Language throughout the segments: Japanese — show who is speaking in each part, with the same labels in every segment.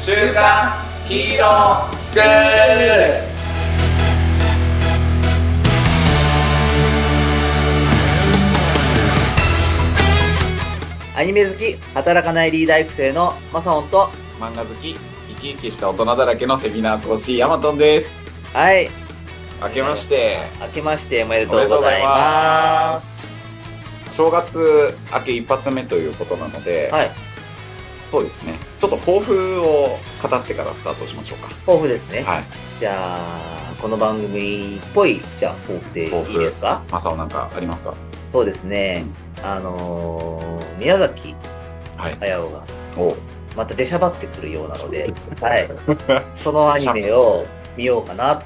Speaker 1: 週刊ヒーロースクール
Speaker 2: アニメ好き、働かないリーダー育成のマサオンと、
Speaker 1: 漫画好き生き生きした大人だらけのセミナー講師ヤマトンです
Speaker 2: はい、
Speaker 1: 明けまして
Speaker 2: 明けましておめでとうございます。
Speaker 1: す正月明け一発目ということなので、
Speaker 2: はい、
Speaker 1: そうですねちょっと抱負を語ってからスタートしましょうか
Speaker 2: 抱負ですね。
Speaker 1: はい
Speaker 2: じゃあ、この番組っぽい、じゃあ、抱負で
Speaker 1: 抱負
Speaker 2: いいですか
Speaker 1: マサオなんかありますか
Speaker 2: そうですね。あのー、宮崎
Speaker 1: はい
Speaker 2: 駿が、
Speaker 1: おう
Speaker 2: また出しゃばってくるようなので、はい、 そのアニメを見ようかなと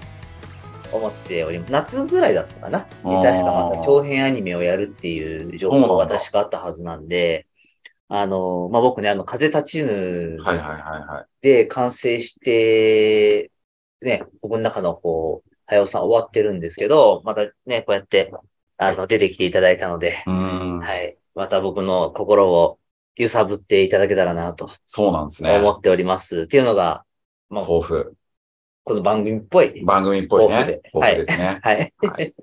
Speaker 2: 思っております。夏ぐらいだったかな。で
Speaker 1: あー
Speaker 2: 確かまた長編アニメをやるっていう情
Speaker 1: そ
Speaker 2: 報
Speaker 1: うな
Speaker 2: が
Speaker 1: んだ
Speaker 2: 確かあったはずなんで、あの、まあ、僕ね、あの、風立ちぬ
Speaker 1: はいはいは
Speaker 2: で完成して、ね、僕の中のこう、早尾さん終わってるんですけど、またね、こうやって、あの、出てきていただいたので、
Speaker 1: いはいうん
Speaker 2: はい。また僕の心を揺さぶっていただけたらなと
Speaker 1: そうなんですね
Speaker 2: 思っております。っていうのが、まあ、
Speaker 1: 抱負
Speaker 2: この番組っぽい。
Speaker 1: 番組っぽいね
Speaker 2: 抱負で
Speaker 1: 抱負ですね
Speaker 2: はい。
Speaker 1: はい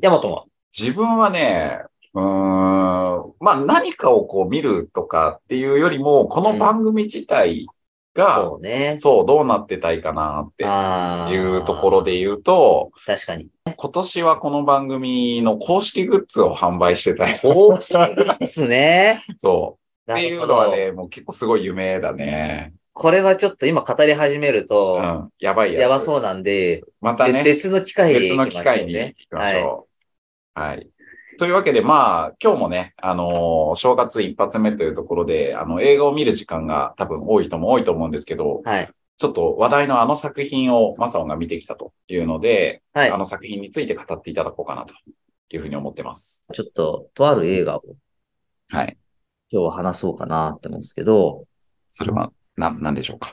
Speaker 2: ヤマトも。
Speaker 1: 自分はね、うーん、まあ何かをこう見るとかっていうよりも、この番組自体が、
Speaker 2: そうね。
Speaker 1: そう、どうなってたいかなっ
Speaker 2: あ
Speaker 1: て
Speaker 2: あ
Speaker 1: いうところで言うと、
Speaker 2: 確かに。
Speaker 1: 今年はこの番組の公式グッズを販売してたい。
Speaker 2: 公式ですね。
Speaker 1: そ
Speaker 2: っ
Speaker 1: う。っていうのは。ね、もう結構すごい夢だね。
Speaker 2: これはちょっと今語り始める
Speaker 1: う
Speaker 2: と、
Speaker 1: ん。やばいやつ。
Speaker 2: やばそうなんで、
Speaker 1: またね、
Speaker 2: 別の機会で
Speaker 1: 別
Speaker 2: 行きま
Speaker 1: の
Speaker 2: し
Speaker 1: 機
Speaker 2: ょうね。
Speaker 1: 会に行きましょう。はい。というわけで、まあ、今日もね、あのー正月一発目というところで、あの、映画を見る時間が多分多い人も多いと思うんですけど、
Speaker 2: はい。
Speaker 1: ちょっと話題のあの作品をマサオが見てきたというので、
Speaker 2: はい。
Speaker 1: あの作品について語っていただこうかなというふうに思ってます。
Speaker 2: ちょっと、とある映画を
Speaker 1: はい。
Speaker 2: 今日は話そうかなって思うんですけど、
Speaker 1: それは、な、なんでしょうか。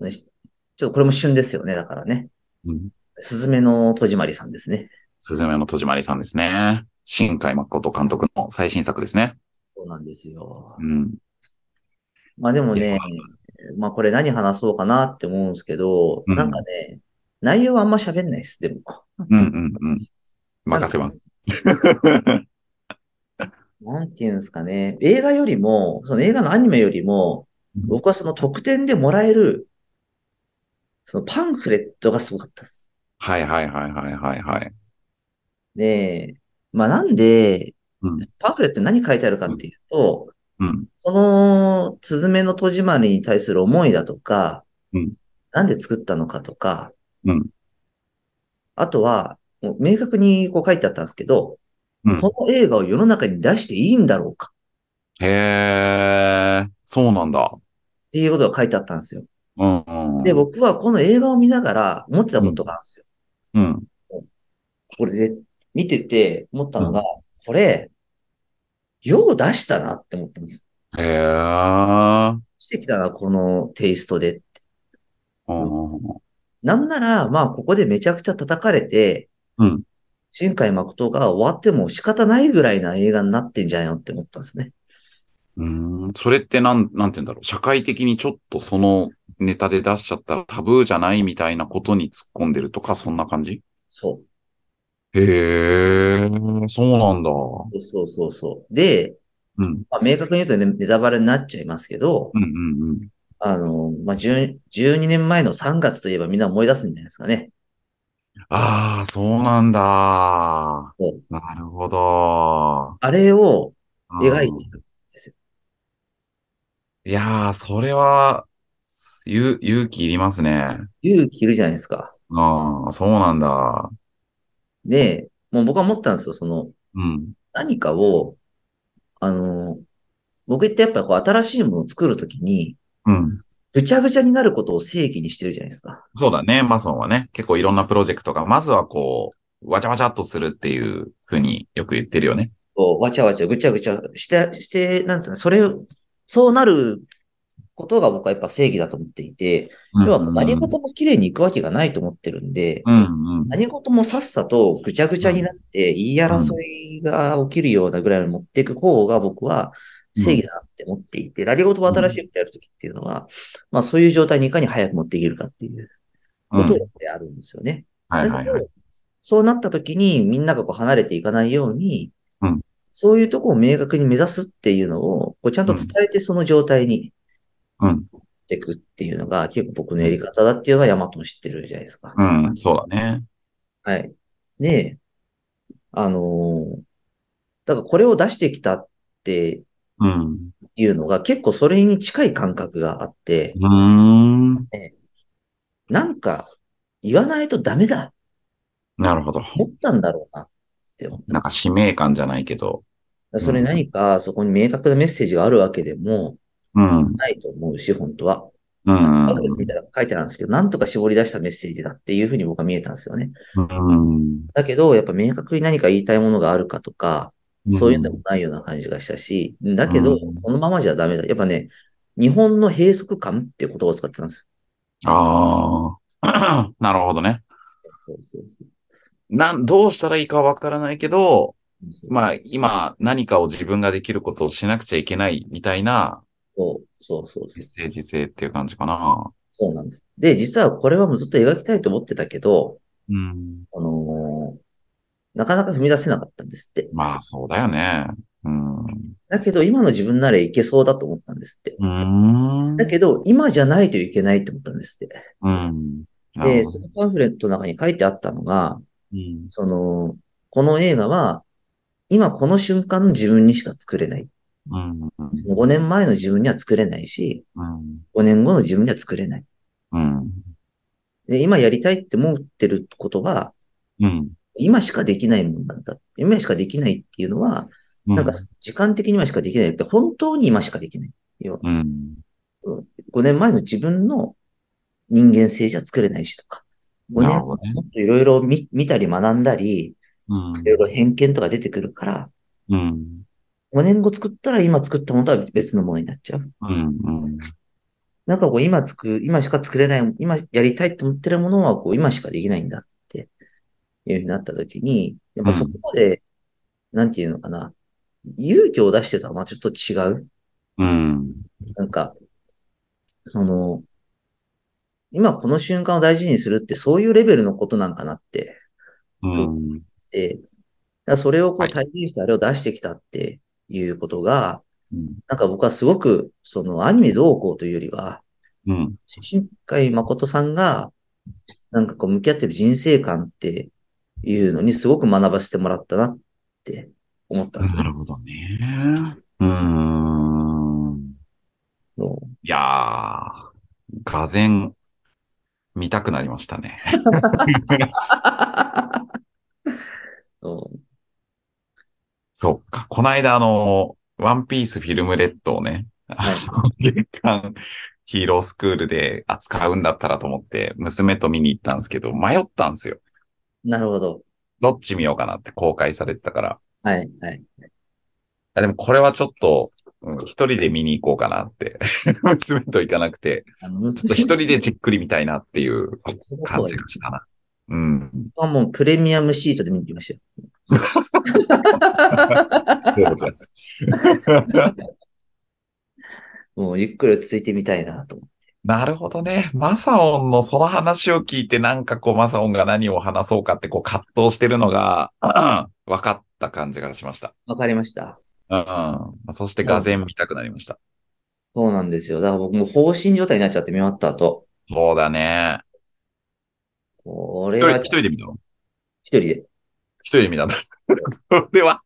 Speaker 2: ねちょっとこれも旬ですよね、だからね。
Speaker 1: うん。
Speaker 2: すずめの戸締まりさんですね。
Speaker 1: すずめの戸締まりさんですね。新海誠監督の最新作ですね。
Speaker 2: そうなんですよ。
Speaker 1: うん。
Speaker 2: まあでも
Speaker 1: い
Speaker 2: ね
Speaker 1: や、
Speaker 2: まあこれ何話そうかなって思うんですけど、
Speaker 1: うん
Speaker 2: なんかね、内容はあんま喋んないです、でも。
Speaker 1: うんうんうん。任せます。
Speaker 2: なんていうんですかね。映画よりも、その映画のアニメよりも、
Speaker 1: うん
Speaker 2: 僕はその特典でもらえる、そのパンフレットがすごかったです。
Speaker 1: はいはいはいはいはいはい。
Speaker 2: で、まあなんで
Speaker 1: うん、
Speaker 2: パンフレットに何書いてあるかっていうと、
Speaker 1: うん。
Speaker 2: その、スズメの戸締まりに対する思いだとか、
Speaker 1: うん
Speaker 2: なんで作ったのかとか、
Speaker 1: うん
Speaker 2: あとは、もう明確にこう書いてあったんですけど、
Speaker 1: うん
Speaker 2: この映画を世の中に出していいんだろうか
Speaker 1: へえ、そうなんだ。
Speaker 2: っていうことが書いてあったんですよ。
Speaker 1: うん、うん。
Speaker 2: で、、僕はこの映画を見ながら思ってたことがあるんですよ。
Speaker 1: うん。
Speaker 2: これで、見てて思ったのが、これ、よう出したなって思ったんです。
Speaker 1: へえ、うん
Speaker 2: してきたな、このテイストで。
Speaker 1: うん
Speaker 2: なんなら、まあ、ここでめちゃくちゃ叩かれて、
Speaker 1: うん。
Speaker 2: 新海誠が終わっても仕方ないぐらいな映画になってんじゃないのって思ったんですね。
Speaker 3: うーん、それってなん、なんて言うんだろう。社会的にちょっとそのネタで出しちゃったらタブーじゃないみたいなことに突っ込んでるとか、そんな感じ
Speaker 2: そ
Speaker 3: へえ、そうなんだ。う
Speaker 2: う。そうそうそう。で、
Speaker 3: ん。
Speaker 2: まあ、明確に言うとね、ネタバレになっちゃいますけど、
Speaker 3: うんうんうん。
Speaker 2: あの、まあ、10 12年前の3月といえばみんな思い出すんじゃないですかね。
Speaker 3: ああ、そうなんだ
Speaker 2: そう。
Speaker 3: なるほど。
Speaker 2: あれを描
Speaker 3: うん
Speaker 2: いてる。
Speaker 3: いやー、それは、ゆ勇気いりますね。
Speaker 2: 勇気いるじゃないですか。
Speaker 3: ああ、そうなんだ。
Speaker 2: で、もう僕は思ったんですよ。その、
Speaker 3: うん。
Speaker 2: 何かを、あの、僕ってやっぱこう新しいものを作るときに、
Speaker 3: うん。
Speaker 2: ぐちゃぐちゃになることを正義にしてるじゃないですか。
Speaker 3: そうだね。マソンはね、結構いろんなプロジェクトが、まずはこう、わちゃわちゃっとするっていうふうによく言ってるよね。
Speaker 2: こう、わちゃわちゃ、ぐちゃぐちゃして、して、なんていうの、それを、そうなることが僕はやっぱ正義だと思っていて、要はもう何事も綺麗にいくわけがないと思ってるんで、
Speaker 3: うんうん。
Speaker 2: 何事もさっさとぐちゃぐちゃになって言い争いが起きるようなぐらいに持っていく方が僕は正義だなって思っていて、何事も新しいことやるときっていうのは、まあそういう状態にいかに早く持っていけるかっていうことであるんですよね。
Speaker 1: はい
Speaker 2: だ
Speaker 1: はい
Speaker 2: け
Speaker 1: はい。
Speaker 2: どそうなったときにみんながこう離れていかないように、
Speaker 1: うん
Speaker 2: そういうとこを明確に目指すっていうのを、こうちゃんと伝えてその状態に
Speaker 1: うん。
Speaker 2: していくっていうのが、結構僕のやり方だっていうのがヤマトも知ってるじゃないですか。
Speaker 1: うん、そうだね。
Speaker 2: はい。で、あのーだからこれを出してきたって
Speaker 1: うん。
Speaker 2: いうのが結構それに近い感覚があって、
Speaker 1: うーん。
Speaker 2: なんか言わないとダメだ、
Speaker 1: なるほど。
Speaker 2: 思ったんだろうなって思った
Speaker 1: なんか使命感じゃないけど。
Speaker 2: それ何かそこに明確なメッセージがあるわけでも
Speaker 1: うん。
Speaker 2: ないと思うし、本当は。
Speaker 1: うん。
Speaker 2: パブレットみたいなの書いてあるんですけど、なんとか絞り出したメッセージだっていうふうに僕は見えたんですよね。
Speaker 1: うん。
Speaker 2: だけど、やっぱ明確に何か言いたいものがあるかとか、そういうのでもないような感じがしたし、だけど
Speaker 1: うん、
Speaker 2: このままじゃダメだ。やっぱね、日本の閉塞感っていう言葉を使ってたんです
Speaker 1: あ あ。なるほどね。
Speaker 2: よ。そうそうそう
Speaker 1: なん、どうしたらいいかわからないけど、
Speaker 2: そう
Speaker 1: まあ今何かを自分ができることをしなくちゃいけないみたいな
Speaker 2: そうそうそ
Speaker 1: メッ
Speaker 2: う。
Speaker 1: セージ性っていう感じかな。
Speaker 2: そうなんです。で、実はこれはもうずっと描きたいと思ってたけど、
Speaker 1: うん。
Speaker 2: あのーなかなか踏み出せなかったんですって。
Speaker 1: まあそうだよね。うん。う
Speaker 2: だけど、今の自分ならいけそうだと思ったんですって。
Speaker 1: ーん。
Speaker 2: だけど、今じゃないといけないと思ったんですって。
Speaker 1: うん。なる
Speaker 2: で、
Speaker 1: ほ
Speaker 2: そ
Speaker 1: ど
Speaker 2: のパンフレットの中に書いてあったのが、
Speaker 1: うん。
Speaker 2: その、この映画は、今この瞬間の自分にしか作れない。
Speaker 1: うん。うん
Speaker 2: その5年前の自分には作れないし、
Speaker 1: うん。
Speaker 2: 5年後の自分には作れない。
Speaker 1: うん。
Speaker 2: で、今やりたいって思ってることは、
Speaker 1: うん。
Speaker 2: 今しかできないもんなんだ。今しかできないっていうのは、なんか時間的に今しかできないって、本当に今しかできない。要は
Speaker 1: うん。
Speaker 2: 5年前の自分の人間性じゃ作れないしとか。5
Speaker 1: な
Speaker 2: 年
Speaker 1: る
Speaker 2: も
Speaker 1: ほどね。
Speaker 2: っといろいろ見見たり学んだり、
Speaker 1: うん
Speaker 2: いろいろ偏見とか出てくるから、
Speaker 1: うん。
Speaker 2: 5年後作ったら今作ったものとは別のものになっちゃう。
Speaker 1: うん。うん。
Speaker 2: なんかこう今作る、今しか作れない、今やりたいと思ってるものはこう今しかできないんだっていうふうになった時に、やっぱそこまで、なんていうのかな、勇気を出してたらまあちょっと違う。
Speaker 1: うん。
Speaker 2: なんか、その、今この瞬間を大事にするってそういうレベルのことなんかなって。
Speaker 1: うん。
Speaker 2: で、だからそれをこ
Speaker 1: は
Speaker 2: う
Speaker 1: い
Speaker 2: 体験してあれを出してきたっていうことが、
Speaker 1: うん。
Speaker 2: なんか僕はすごく、そのアニメどうこうというよりは、
Speaker 1: うん。
Speaker 2: 新海誠さんが、なんかこう向き合ってる人生観っていうのにすごく学ばせてもらったなって思ったんです
Speaker 1: な
Speaker 2: よ。
Speaker 1: るほどね。うん。
Speaker 2: そ
Speaker 1: いやー、がぜん、見たくなりましたね。
Speaker 2: うそう
Speaker 1: そっか。こないだあの、ワンピースフィルムレッドをね、
Speaker 2: は
Speaker 1: あ
Speaker 2: い
Speaker 1: の月間ヒーロースクールで扱うんだったらと思って、娘と見に行ったんですけど、迷ったんですよ。
Speaker 2: なるほど。
Speaker 1: どっち見ようかなって公開されてたから。
Speaker 2: はい、はい。
Speaker 1: あでもこれはちょっと、うん一人で見に行こうかなって。 娘と行かなくて、
Speaker 2: あの、
Speaker 1: ちょっと 一人でじっくり見たいなっていう感
Speaker 2: 感
Speaker 1: じがしたな。うん。
Speaker 2: はもうプレミアムシートで見に来ましたよ。
Speaker 1: そういうことです。
Speaker 2: もうゆっくり落ち着いてみたいなと思って。
Speaker 1: なるほどね。マサオンのその話を聞いて、なんかこう、マサオンが何を話そうかって、こう、葛藤してるのが、うん分かった感じがしました。
Speaker 2: わかりました。
Speaker 1: うん。そして、がぜん見たくなりました。
Speaker 2: そうなんですよ。だから僕もう放心状態になっちゃって見終わった後。
Speaker 1: そうだね。
Speaker 2: こ
Speaker 1: 一
Speaker 2: れ
Speaker 1: 人
Speaker 2: は
Speaker 1: 一人で見たの
Speaker 2: 一人で。
Speaker 1: 一人で見たんだ。こ れは、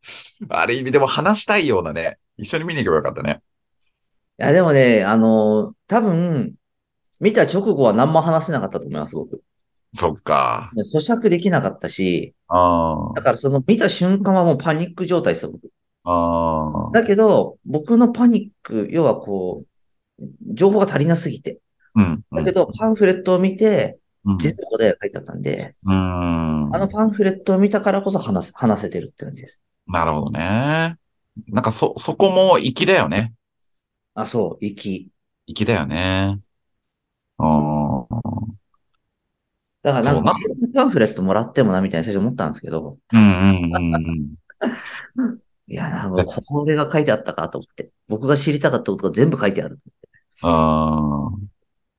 Speaker 1: ある意味でも話したいようなね。一緒に見に行けばよかったね。
Speaker 2: いや、でもね、あのー多分、見た直後は何も話せなかったと思います、僕。
Speaker 1: そっか。
Speaker 2: 咀嚼できなかったし、
Speaker 1: あ
Speaker 2: だからその見た瞬間はもうパニック状態ですよ、僕。
Speaker 1: あ。ああ。
Speaker 2: だけど、僕のパニック、要はこう、情報が足りなすぎて。
Speaker 1: うん。
Speaker 2: だけど、パンフレットを見て、
Speaker 1: うん、
Speaker 2: 全部答えが書いてあったんで、
Speaker 1: うん。
Speaker 2: あのパンフレットを見たからこそ話せ、話せてるって感じです。
Speaker 1: なるほどね。なんかそ、そこも粋だよね。
Speaker 2: あ、そう、息。
Speaker 1: 粋だよね。うん。
Speaker 2: だからなんか
Speaker 1: そ、
Speaker 2: パンフレットもらってもな、みたいな最初思ったんですけど、
Speaker 1: うんうんうんうん。
Speaker 2: いや、なんか、これが書いてあったかと思って。僕が知りたかったことが全部書いてある。
Speaker 1: あー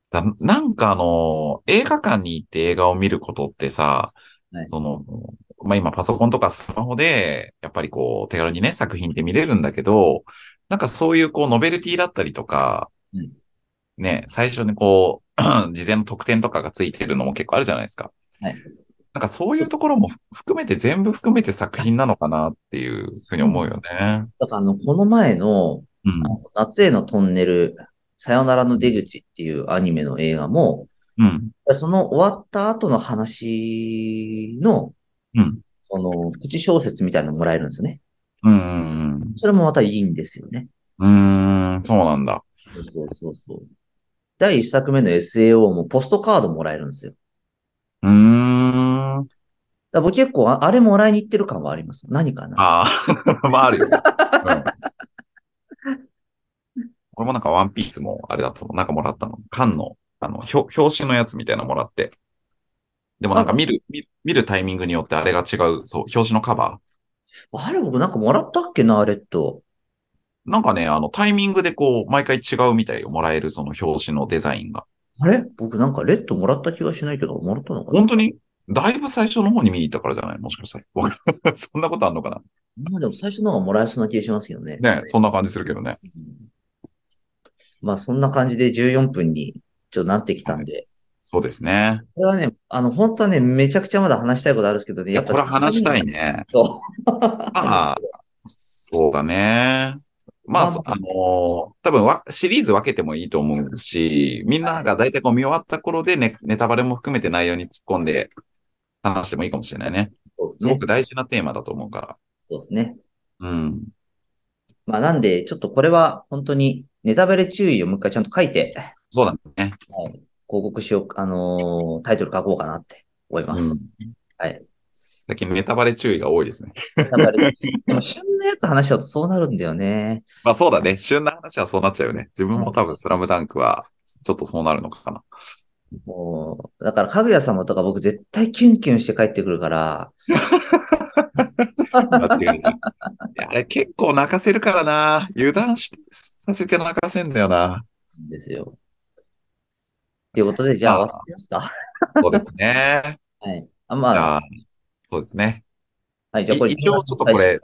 Speaker 1: だなんかあの、映画館に行って映画を見ることってさ、
Speaker 2: はい
Speaker 1: その、まあ、今パソコンとかスマホで、やっぱりこう、手軽にね、作品って見れるんだけど、なんかそういうこう、ノベルティだったりとか、
Speaker 2: うん
Speaker 1: ね、最初にこう、 事前の特典とかがついてるのも結構あるじゃないですか。
Speaker 2: はい
Speaker 1: なんかそういうところも含めて、全部含めて作品なのかなっていうふうに思うよね。
Speaker 2: だから、あの、この前の、
Speaker 1: うん
Speaker 2: あ。の夏へのトンネル、さよならの出口っていうアニメの映画も、
Speaker 1: うん。
Speaker 2: その終わった後の話の、
Speaker 1: うん。
Speaker 2: その、口小説みたいなのもらえるんですよね。
Speaker 1: うん。
Speaker 2: それもまたいいんですよね。
Speaker 1: うん。そうなんだ。
Speaker 2: そうそうそうそう。第1作目の SAO もポストカードもらえるんですよ。だか
Speaker 1: うーん。あ
Speaker 2: ら僕結構あ、あれもらいに行ってる感はあります。何かな
Speaker 1: あー、 まああるよ。うんこれもなんかワンピースもあれだと思う、なんかもらったの。缶の、あの、表表紙のやつみたいなのもらって。でもなんか見る、見見るタイミングによってあれが違う、そう、表紙のカバ
Speaker 2: あれ僕なんかもらったっけな、あれと。
Speaker 1: ー。なんかね、あの、タイミングでこう、毎回違うみたいよ、もらえるその表紙のデザインが。
Speaker 2: あれ僕なんかレッドもらった気がしないけど、もらったのかな
Speaker 1: 本当にだいぶ最初の方に見に行ったからじゃないもしかしたら。わかんない そんなことあんのか
Speaker 2: まあでも最初の方がもらえそうな気がしますよね。
Speaker 1: なね、そんな感じするけどね。
Speaker 2: うんまあそんな感じで14分にちょっとなってきたんで。
Speaker 1: そうですね。
Speaker 2: これはね、あの本当はね、めちゃくちゃまだ話したいことあるんですけどね、
Speaker 1: い
Speaker 2: や
Speaker 1: や、
Speaker 2: っ
Speaker 1: こ
Speaker 2: ぱ。
Speaker 1: れ話したい。ね。
Speaker 2: そ
Speaker 1: ま あ、そうだね。まあ、
Speaker 2: まあ
Speaker 1: そあのー多分わシリーズ分けてもいいと思うし、みんなが大体こう見終わった頃でネネタバレも含めて内容に突っ込んで話してもいいかもしれないね。
Speaker 2: う。そうです
Speaker 1: すご
Speaker 2: ね。
Speaker 1: く大事なテーマだと思うか
Speaker 2: そうですね。
Speaker 1: ら。うん。
Speaker 2: まあなんで、ちょっとこれは本当にネタバレ注意をもう一回ちゃんと書いて、広
Speaker 1: そうだね。
Speaker 2: 告しよう、あのータイトル書こうかなって思います。
Speaker 1: うん
Speaker 2: はい。
Speaker 1: 最近ネタバレ注意が多いですね。
Speaker 2: ネタバレでも旬のやつ話しちゃうとそうなるんだよね。
Speaker 1: まあそうだね。旬な話はそうなっちゃうよね。自分も多分スラムダンクはちょっとそうなるのかな。
Speaker 2: もう、だから、かぐや様とか僕絶対キュンキュンして帰ってくるから、
Speaker 1: 間違いないいやあれ結構泣かせるからな。油断しさせて泣かせんだよな。
Speaker 2: なんですよ。ということで、じゃあ
Speaker 1: まあ
Speaker 2: 終わってみますか。
Speaker 1: そうですね。
Speaker 2: はい。あ、ま
Speaker 1: じ
Speaker 2: あ、
Speaker 1: ゃあ、そうですね。
Speaker 2: はい、じゃあこれ。
Speaker 1: い一応ちょっとこれ、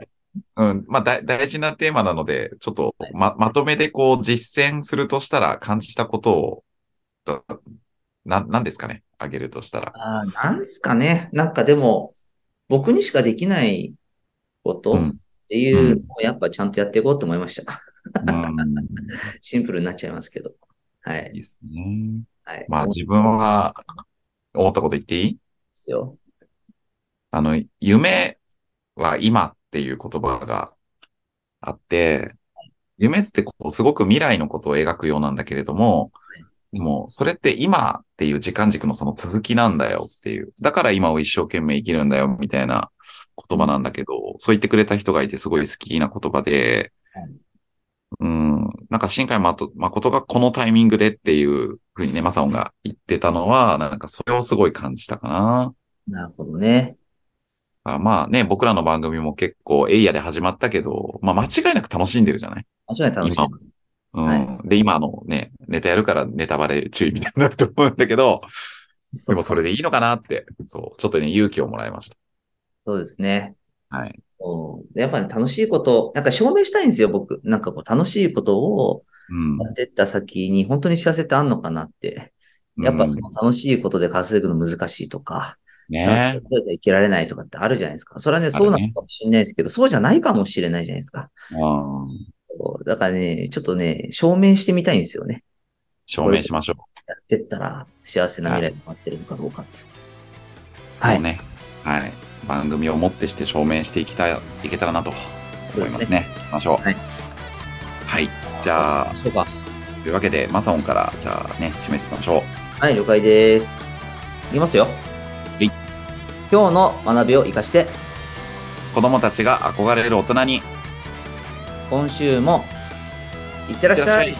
Speaker 1: うん、まあだ大事なテーマなので、ちょっとま、まとめでこう実践するとしたら感じたことを、だな、なんですかねあげるとしたら。
Speaker 2: あーなんすかね。なんかでも、僕にしかできないこと
Speaker 1: う
Speaker 2: っ
Speaker 1: ん。
Speaker 2: ていううのをやっぱちゃんとやっていこうと思いました。
Speaker 1: うん、
Speaker 2: シンプルになっちゃいますけど。はい
Speaker 1: い。ですね。
Speaker 2: はい。
Speaker 1: まあ
Speaker 2: そうで
Speaker 1: 自分は、思ったこと言っていい
Speaker 2: すよ。
Speaker 1: あの、夢は今っていう言葉があって、夢ってこうすごく未来のことを描くようなんだけれども、でもそれって今っていう時間軸のその続きなんだよっていう。だから今を一生懸命生きるんだよみたいな言葉なんだけど、そう言ってくれた人がいてすごい好きな言葉で
Speaker 2: はい、
Speaker 1: うん、なんか新海誠誠がこのタイミングでっていうふうにね、マサオンが言ってたのは、なんかそれをすごい感じたかな。
Speaker 2: なるほどね。
Speaker 1: だからまあね、僕らの番組も結構エイヤで始まったけど、まあ間違いなく楽しんでるじゃない
Speaker 2: 間違いなく楽しいです。
Speaker 1: うん。
Speaker 2: は
Speaker 1: で、今あのね、ネタやるからネタバレ注意みたいになると思うんだけど、で
Speaker 2: そう
Speaker 1: もそれでいいのかなって、そう、ちょっとね、勇気をもらいまし
Speaker 2: そうですね。
Speaker 1: た。はい。
Speaker 2: うん、やっぱり楽しいこと、なんか証明したいんですよ、僕。なんかこう、楽しいことを
Speaker 1: うん
Speaker 2: やってった先に、本当に幸せってあんのかなって。やっぱその楽しいことで稼ぐの難しいとか、
Speaker 1: うん
Speaker 2: 楽し
Speaker 1: ね
Speaker 2: いことで生きられないとかってあるじゃないですか。それはね、そうなのかもしれないですけど、そうじゃないかもしれないじゃないですか。
Speaker 1: うん。
Speaker 2: そうだからね、ちょっとね、証明してみたいんですよね。
Speaker 1: 証明しましょ
Speaker 2: やってったら幸せな未来が待ってるのかどうかっていう。
Speaker 1: う。
Speaker 2: はい。
Speaker 1: もうね。はい。番組をもってして証明していきたい、いけたらなと思いますね。行きましょう。
Speaker 2: はい。
Speaker 1: はい。じゃあ、
Speaker 2: とか。
Speaker 1: というわけで、マサオンから、じゃあね、締めていきましょう。
Speaker 2: はい、了解です。いきますよ。
Speaker 1: い
Speaker 2: 今日の学びを生かして、
Speaker 1: 子供たちが憧れる大人に、
Speaker 2: 今週も、いってらっしゃい。
Speaker 1: い。